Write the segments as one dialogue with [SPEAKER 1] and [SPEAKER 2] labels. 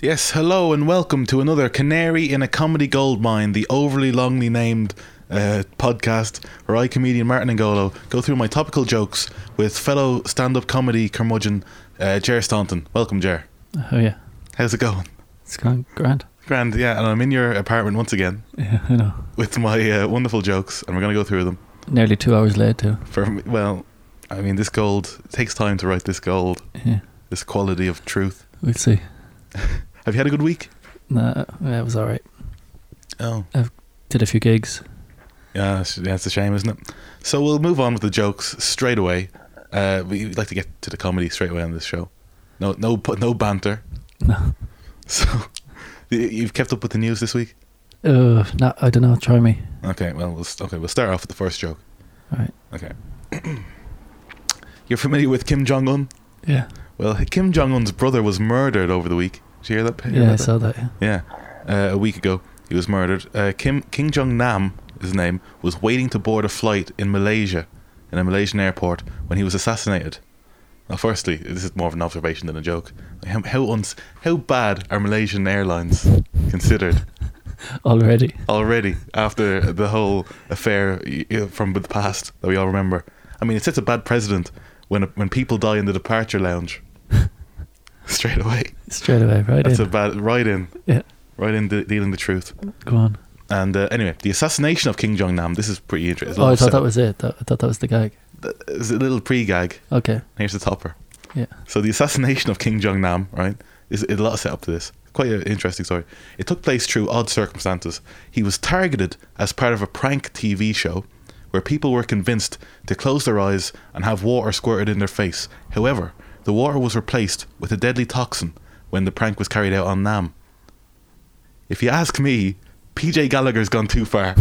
[SPEAKER 1] Yes, hello and welcome to another Canary in a Comedy Goldmine, the overly longly named uh, podcast where I, comedian Martin Ngolo, go through my topical jokes with fellow stand up comedy curmudgeon uh, Jer Staunton. Welcome, Jer.
[SPEAKER 2] Oh yeah,
[SPEAKER 1] How's it going?
[SPEAKER 2] it's going grand.
[SPEAKER 1] Grand, yeah, and I'm in your apartment once again
[SPEAKER 2] Yeah, I know.
[SPEAKER 1] with my uh, wonderful jokes, and we're going to go through them.
[SPEAKER 2] Nearly two hours late too.
[SPEAKER 1] For Well, I mean, this gold takes time to write this gold,
[SPEAKER 2] Yeah,
[SPEAKER 1] this quality of truth.
[SPEAKER 2] we'll see.
[SPEAKER 1] Have you had a good week?
[SPEAKER 2] Nah, yeah, it was all right.
[SPEAKER 1] Oh.
[SPEAKER 2] Did a few gigs.
[SPEAKER 1] Yeah, that's, that's a shame, isn't it? So we'll move on with the jokes straight away. Uh, we like to get to the comedy straight away on this show. No, no, pu- no banter.
[SPEAKER 2] No,
[SPEAKER 1] So you- you've kept up with the news this week.
[SPEAKER 2] uh, no, I don't know. Try me.
[SPEAKER 1] Okay, well, we'll st- okay, we'll start off with the first joke.
[SPEAKER 2] All right.
[SPEAKER 1] Okay. You're familiar with Kim Jong Un?
[SPEAKER 2] Yeah,
[SPEAKER 1] Well, Kim Jong Un's brother was murdered over the week. Did you hear that? hear
[SPEAKER 2] yeah, I
[SPEAKER 1] about that?
[SPEAKER 2] saw that. Yeah.
[SPEAKER 1] Yeah, uh, a week ago he was murdered. Uh, Kim King Jong Nam, his name, was waiting to board a flight in Malaysia, in a Malaysian airport, when he was assassinated. Now, firstly, this is more of an observation than a joke. How how, uns- how bad are Malaysian airlines considered
[SPEAKER 2] Already,
[SPEAKER 1] already after the whole affair y- y- from the past that we all remember? I mean, it sets a bad precedent when when people die in the departure lounge straight away.
[SPEAKER 2] straight away, right?
[SPEAKER 1] That's
[SPEAKER 2] in.
[SPEAKER 1] a bad right in,
[SPEAKER 2] yeah,
[SPEAKER 1] right in de- dealing the truth.
[SPEAKER 2] go on.
[SPEAKER 1] And uh, anyway, the assassination of King Jong Nam. This is pretty interesting.
[SPEAKER 2] Oh, I thought that was it. That, I thought that was the gag.
[SPEAKER 1] It's a little pre gag.
[SPEAKER 2] Okay.
[SPEAKER 1] Here's the topper.
[SPEAKER 2] Yeah.
[SPEAKER 1] So the assassination of King Jong Nam, right? Is is a lot of setup to this. Quite an interesting story. It took place through odd circumstances. He was targeted as part of a prank TV show, where people were convinced to close their eyes and have water squirted in their face. However, the water was replaced with a deadly toxin when the prank was carried out on Nam. If you ask me, PJ Gallagher's gone too far.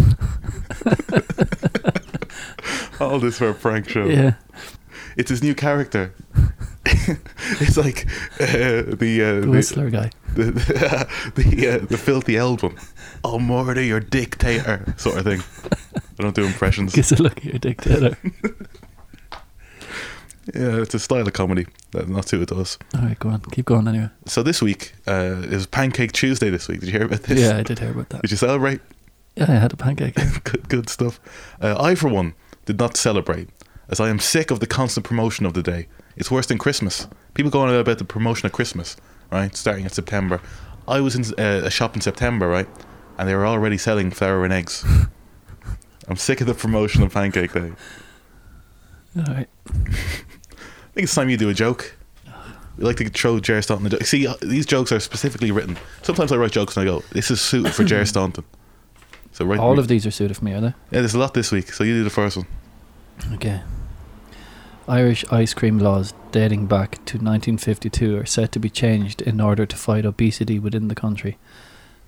[SPEAKER 1] All this for a prank show
[SPEAKER 2] Yeah.
[SPEAKER 1] it's his new character. it's like uh, the, uh,
[SPEAKER 2] The
[SPEAKER 1] the
[SPEAKER 2] whistler guy.
[SPEAKER 1] the the, uh, the filthy old one. Oh, Morty, your dictator, sort of thing. I don't do impressions.
[SPEAKER 2] Gives a look at your dictator.
[SPEAKER 1] Yeah, it's a style of comedy. That's not suited to us.
[SPEAKER 2] All right, go on. Keep going anyway.
[SPEAKER 1] So this week uh, is Pancake Tuesday. This week, did you hear about this?
[SPEAKER 2] Yeah, I did hear about that.
[SPEAKER 1] Did you celebrate?
[SPEAKER 2] Yeah, I had a pancake.
[SPEAKER 1] good, good stuff. Uh, I, for one, did not celebrate, as I am sick of the constant promotion of the day. It's worse than Christmas. People go on about the promotion of Christmas, right? Starting in September. I was in uh, a shop in September, right? And they were already selling flour and eggs. I'm sick of the promotion of Pancake Day.
[SPEAKER 2] All right.
[SPEAKER 1] I think it's time you do a joke. We like to throw Jerry Staunton the joke. See, uh, these jokes are specifically written. Sometimes I write jokes and I go, this is suited for Jerry Staunton. So right
[SPEAKER 2] All of these are suited for me, are they?
[SPEAKER 1] yeah, there's a lot this week, so you do the first one.
[SPEAKER 2] Okay. Irish ice cream laws dating back to 1952 are said to be changed in order to fight obesity within the country.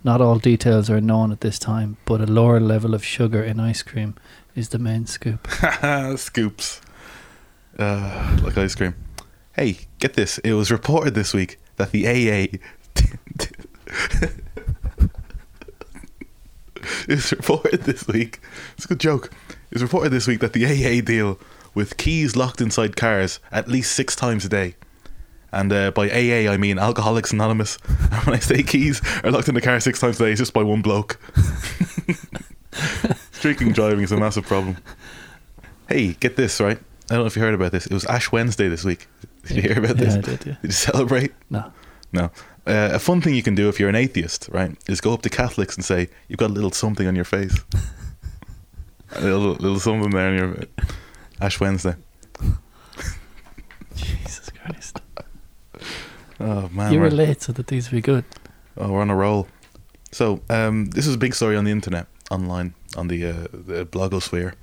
[SPEAKER 2] Not all details are known at this time, but a lower level of sugar in ice cream is the main scoop.
[SPEAKER 1] Scoops. Uh, like ice cream. Hey, get this. It was reported this week that the AA. it's reported this week. It's a good joke. It's reported this week that the AA deal with keys locked inside cars at least six times a day. And uh, by AA, I mean Alcoholics Anonymous. And when I say keys are locked in the car six times a day, it's just by one bloke. Drinking and driving is a massive problem. Hey, get this, right? I don't know if you heard about this. It was Ash Wednesday this week. Did you hear about
[SPEAKER 2] yeah,
[SPEAKER 1] this?
[SPEAKER 2] I did, yeah.
[SPEAKER 1] Did you celebrate?
[SPEAKER 2] No.
[SPEAKER 1] No. Uh, a fun thing you can do if you're an atheist, right, is go up to Catholics and say, You've got a little something on your face. a little, little something there on your Ash Wednesday.
[SPEAKER 2] Jesus Christ.
[SPEAKER 1] Oh, man.
[SPEAKER 2] you
[SPEAKER 1] we're-
[SPEAKER 2] were late so that these would be good.
[SPEAKER 1] Oh, we're on a roll. So, um, this is a big story on the internet, online, on the, uh, the blogosphere.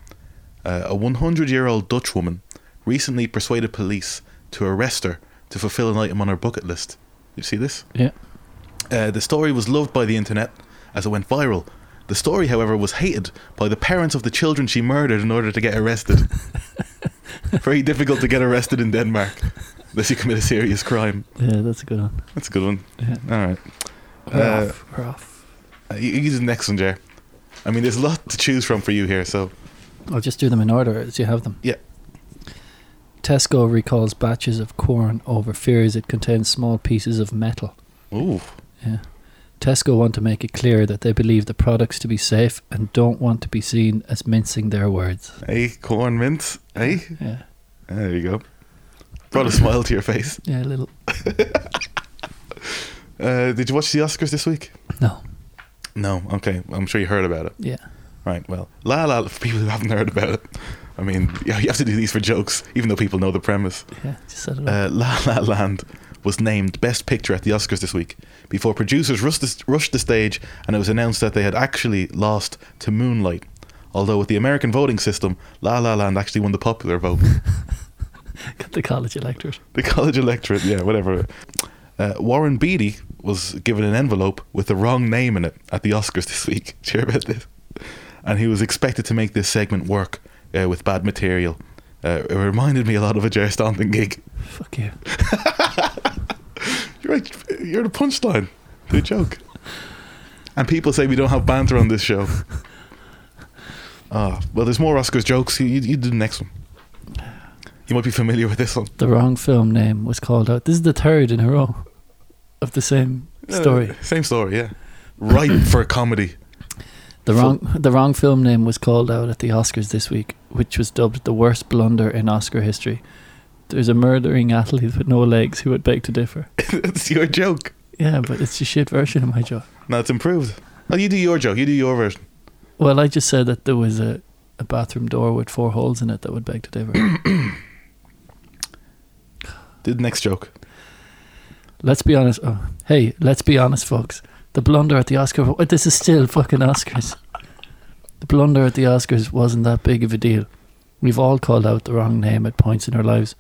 [SPEAKER 1] Uh, a 100 year old Dutch woman recently persuaded police to arrest her to fulfill an item on her bucket list. Did you see this?
[SPEAKER 2] Yeah.
[SPEAKER 1] Uh, the story was loved by the internet as it went viral. The story, however, was hated by the parents of the children she murdered in order to get arrested. Very difficult to get arrested in Denmark unless you commit a serious crime.
[SPEAKER 2] Yeah, that's a good one.
[SPEAKER 1] That's a good one.
[SPEAKER 2] Yeah.
[SPEAKER 1] All right.
[SPEAKER 2] We're
[SPEAKER 1] Uh,
[SPEAKER 2] off. We're off.
[SPEAKER 1] Uh, You you do the next one, Jer. I mean, there's a lot to choose from for you here, so.
[SPEAKER 2] I'll just do them in order as you have them.
[SPEAKER 1] Yeah.
[SPEAKER 2] Tesco recalls batches of corn over fears it contains small pieces of metal.
[SPEAKER 1] Ooh.
[SPEAKER 2] Yeah. Tesco want to make it clear that they believe the products to be safe and don't want to be seen as mincing their words.
[SPEAKER 1] Hey, corn mints. Hey,
[SPEAKER 2] Yeah.
[SPEAKER 1] there you go. Brought a smile to your face.
[SPEAKER 2] Yeah, a little.
[SPEAKER 1] Uh, did you watch the Oscars this week?
[SPEAKER 2] No.
[SPEAKER 1] No. Okay, I'm sure you heard about it.
[SPEAKER 2] Yeah.
[SPEAKER 1] Right. Well, La La. For people who haven't heard about it, I mean, you have to do these for jokes, even though people know the premise.
[SPEAKER 2] Yeah. Just set it up.
[SPEAKER 1] Uh, La La Land was named Best Picture at the Oscars this week before producers rushed the, rushed the stage and it was announced that they had actually lost to Moonlight. Although, with the American voting system, La La Land actually won the popular vote.
[SPEAKER 2] Got the college electorate.
[SPEAKER 1] the college electorate, yeah, whatever. Uh, Warren Beatty was given an envelope with the wrong name in it at the Oscars this week. Do you hear about this? And he was expected to make this segment work uh, with bad material. Uh, it reminded me a lot of a Jerry Staunton gig.
[SPEAKER 2] Fuck you.
[SPEAKER 1] You're right. You're the punchline. The joke. And people say we don't have banter on this show. Ah, well, there's more Oscars jokes. You, you, you do the next one. You might be familiar with this one.
[SPEAKER 2] The wrong film name was called out. This is the third in a row of the same story.
[SPEAKER 1] Uh, same story, yeah. Ripe for comedy.
[SPEAKER 2] The
[SPEAKER 1] Full-
[SPEAKER 2] wrong the wrong film name was called out at the Oscars this week, which was dubbed the worst blunder in Oscar history. There's a murdering athlete with no legs who would beg to differ.
[SPEAKER 1] it's your joke.
[SPEAKER 2] Yeah, but it's a shit version of my joke.
[SPEAKER 1] Now it's improved. No, you do your joke. You do your version.
[SPEAKER 2] Well, I just said that there was a, a bathroom door with four holes in it that would beg to differ.
[SPEAKER 1] Do the next joke.
[SPEAKER 2] let's be honest. Oh, hey, let's be honest, folks. The blunder at the Oscars. oh, This is still fucking Oscars. The blunder at the Oscars wasn't that big of a deal. We've all called out the wrong name at points in our lives.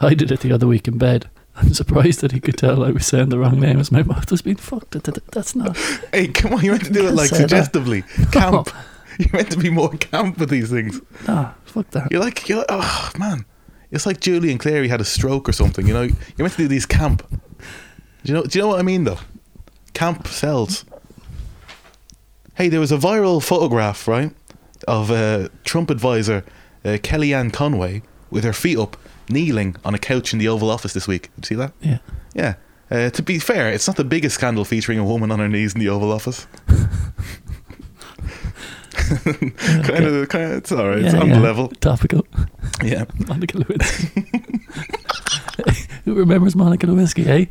[SPEAKER 2] I did it the other week in bed. I'm surprised that he could tell I was saying the wrong name as my mouth was being fucked. Th- th- That's not.
[SPEAKER 1] Hey, come on. You meant to do it
[SPEAKER 2] Can't
[SPEAKER 1] like
[SPEAKER 2] say that.
[SPEAKER 1] suggestively. Camp. You meant to be more camp with these things.
[SPEAKER 2] Nah, fuck that.
[SPEAKER 1] You're like, you're, oh man, it's like Julie and Clary had a stroke or something. You know, you're meant to do these camp. Do you know? Do you know what I mean though? Camp cells. Hey, there was a viral photograph, right, of uh, Trump advisor uh, Kellyanne Conway with her feet up, kneeling on a couch in the Oval Office this week. Did you see that?
[SPEAKER 2] Yeah.
[SPEAKER 1] Yeah. Uh, to be fair, it's not the biggest scandal featuring a woman on her knees in the Oval Office. kind of, kind of, it's all right. it's
[SPEAKER 2] Yeah,
[SPEAKER 1] on
[SPEAKER 2] yeah.
[SPEAKER 1] the level.
[SPEAKER 2] Topical.
[SPEAKER 1] Yeah.
[SPEAKER 2] Monica Lewinsky. Who remembers Monica Lewinsky, eh?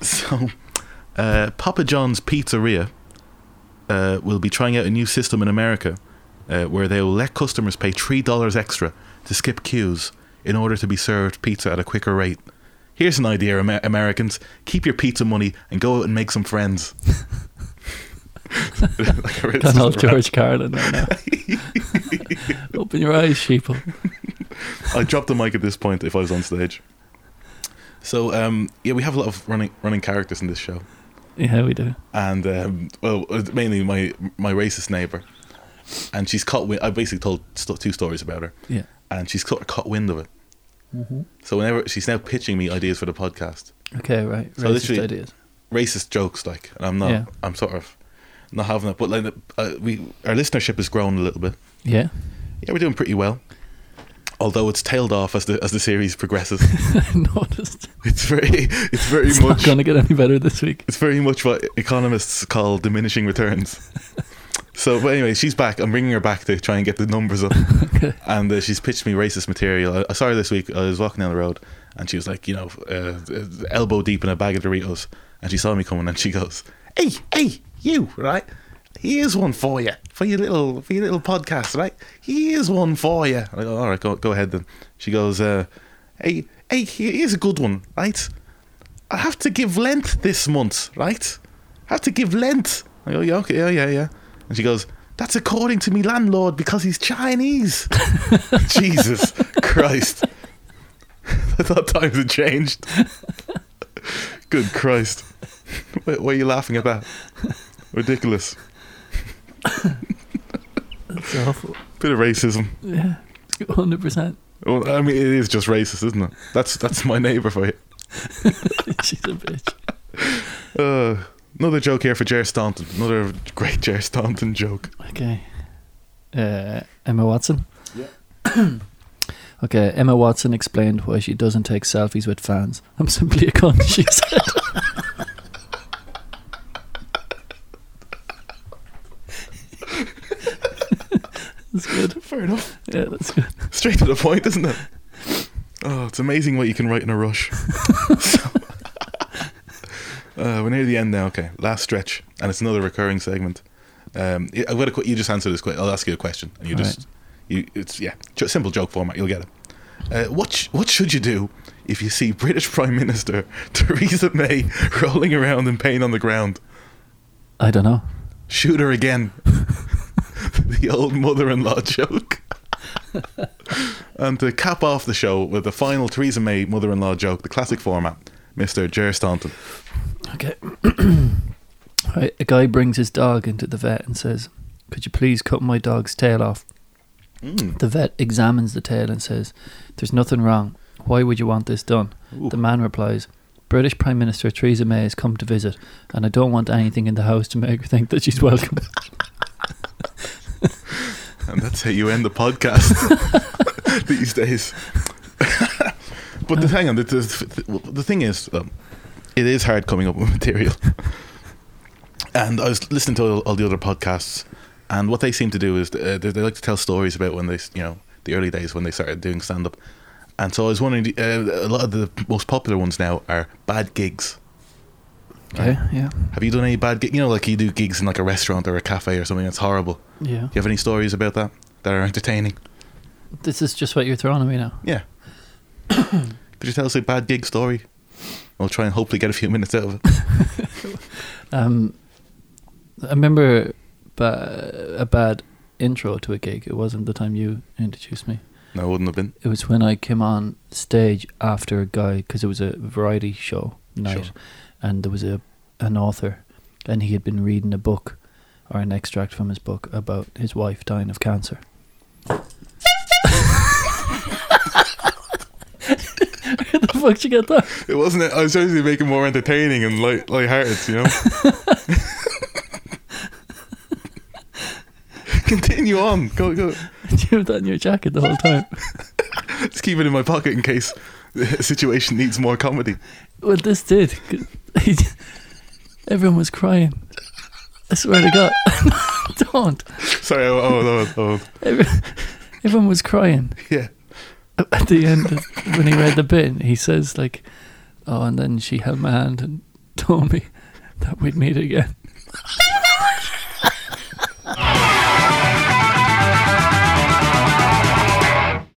[SPEAKER 1] So, uh, Papa John's Pizzeria uh, will be trying out a new system in America uh, where they will let customers pay $3 extra to skip queues in order to be served pizza at a quicker rate. Here's an idea, Amer- Americans. Keep your pizza money and go out and make some friends. like a
[SPEAKER 2] That old
[SPEAKER 1] racist
[SPEAKER 2] George Carlin right now. Open your eyes, sheeple.
[SPEAKER 1] I dropped the mic at this point if I was on stage. So um, yeah, we have a lot of running running characters in this show,
[SPEAKER 2] Yeah, we do.
[SPEAKER 1] and um, well, mainly my my racist neighbor, and she's caught. Wi- I basically told st- two stories about her,
[SPEAKER 2] Yeah.
[SPEAKER 1] and she's caught, caught wind of it. So whenever she's now pitching me ideas for the podcast,
[SPEAKER 2] Okay, right.
[SPEAKER 1] So
[SPEAKER 2] Racist
[SPEAKER 1] literally-
[SPEAKER 2] ideas.
[SPEAKER 1] racist jokes, like, and I'm not.
[SPEAKER 2] Yeah.
[SPEAKER 1] I'm sort of not having it, but like uh, we our listenership has grown a little bit.
[SPEAKER 2] Yeah.
[SPEAKER 1] Yeah, we're doing pretty well, although it's tailed off as the as the series progresses.
[SPEAKER 2] I noticed.
[SPEAKER 1] it's very it's very
[SPEAKER 2] It's
[SPEAKER 1] much
[SPEAKER 2] not going to get any better this week.
[SPEAKER 1] It's very much what economists call diminishing returns. so, but anyway, she's back. I'm bringing her back to try and get the numbers up. And uh, she's pitched me racist material. I, I saw her this week. I was walking down the road, and she was like, you know, uh, uh, elbow deep in a bag of Doritos, and she saw me coming, and she goes, "Hey, hey, you, right? Here's one for you, for your little, for your little podcast, right? Here's one for you." And I go, "All right, go, go ahead then." She goes, uh, "Hey, hey, here- here's a good one, right?" I have to give Lent this month, right? I have to give Lent. I go, yeah, okay, yeah, yeah, yeah. And she goes, that's according to me landlord because he's Chinese. Jesus Christ. I thought times had changed. Good Christ. Why, why are you laughing at that? Ridiculous.
[SPEAKER 2] It's awful.
[SPEAKER 1] Bit of racism.
[SPEAKER 2] Yeah. 100%.
[SPEAKER 1] Well, I mean, it is just racist, isn't it? That's that's my neighbour for you.
[SPEAKER 2] She's a bitch.
[SPEAKER 1] Uh, another joke here for Jer Staunton. Another great Jer Staunton joke.
[SPEAKER 2] Okay. Uh, Emma Watson?
[SPEAKER 1] Yeah.
[SPEAKER 2] okay, Emma Watson explained why she doesn't take selfies with fans. I'm simply a cunt, she said. That's good.
[SPEAKER 1] Fair enough.
[SPEAKER 2] Yeah, that's good.
[SPEAKER 1] Straight to the point, isn't it? Oh, it's amazing what you can write in a rush. So- uh, we're near the end now. Okay, last stretch, and it's another recurring segment. Um, I- I've got a qu- you just answer this quick. I'll ask you a question, and you
[SPEAKER 2] Right.
[SPEAKER 1] just you it's yeah, ju- simple joke format. You'll get it. Uh, what sh- what should you do if you see British Prime Minister Theresa May rolling around in pain on the ground?
[SPEAKER 2] I don't know.
[SPEAKER 1] Shoot her again. the old mother in law joke. and to cap off the show with the final Theresa May mother in law joke, the classic format, Mr. Jer Staunton.
[SPEAKER 2] Okay. right, a guy brings his dog into the vet and says, "Could you please cut my dog's tail off?"
[SPEAKER 1] Mm.
[SPEAKER 2] The vet examines the tail and says, "There's nothing wrong. Why would you want this done?"
[SPEAKER 1] Ooh.
[SPEAKER 2] The man replies, "British Prime Minister Theresa May has come to visit, and I don't want anything in the house to make her think that she's welcome."
[SPEAKER 1] And that's how you end the podcast these days. but the, hang on, the, the, the thing is, um, it is hard coming up with material. And I was listening to all, all the other podcasts, and what they seem to do is uh, they, they like to tell stories about when they, s- you know, the early days when they started doing stand up. And so I was wondering, uh, a lot of the most popular ones now are bad gigs.
[SPEAKER 2] okay. Yeah.
[SPEAKER 1] Have you done any bad gigs? You know, like you do gigs in like a restaurant or a cafe or something that's horrible.
[SPEAKER 2] Yeah.
[SPEAKER 1] Do you have any stories about that that are entertaining?
[SPEAKER 2] This is just what you're throwing at me now.
[SPEAKER 1] Yeah. Could you tell us a bad gig story? I'll try and hopefully get a few minutes out of it.
[SPEAKER 2] Um, I remember ba- a bad intro to a gig. It wasn't the time you introduced me.
[SPEAKER 1] No, it wouldn't have been.
[SPEAKER 2] It was when I came on stage after a guy because it was a variety show night,
[SPEAKER 1] Sure.
[SPEAKER 2] and there was a an author, and he had been reading a book, or an extract from his book about his wife dying of cancer. Where the fuck did you get that?
[SPEAKER 1] It wasn't. I was trying to make it more entertaining and light, light-hearted. You know. Continue on. Go, go.
[SPEAKER 2] Did you have that in your jacket the whole time?
[SPEAKER 1] Just keep it in my pocket in case the situation needs more comedy.
[SPEAKER 2] Well, this did. 'cause he j- Everyone was crying. I swear to God. Don't.
[SPEAKER 1] Sorry. Oh, oh, oh, oh.
[SPEAKER 2] Every- Everyone was crying.
[SPEAKER 1] yeah.
[SPEAKER 2] at the end of- when he read the bit he says like oh and then she held my hand and told me that we'd meet again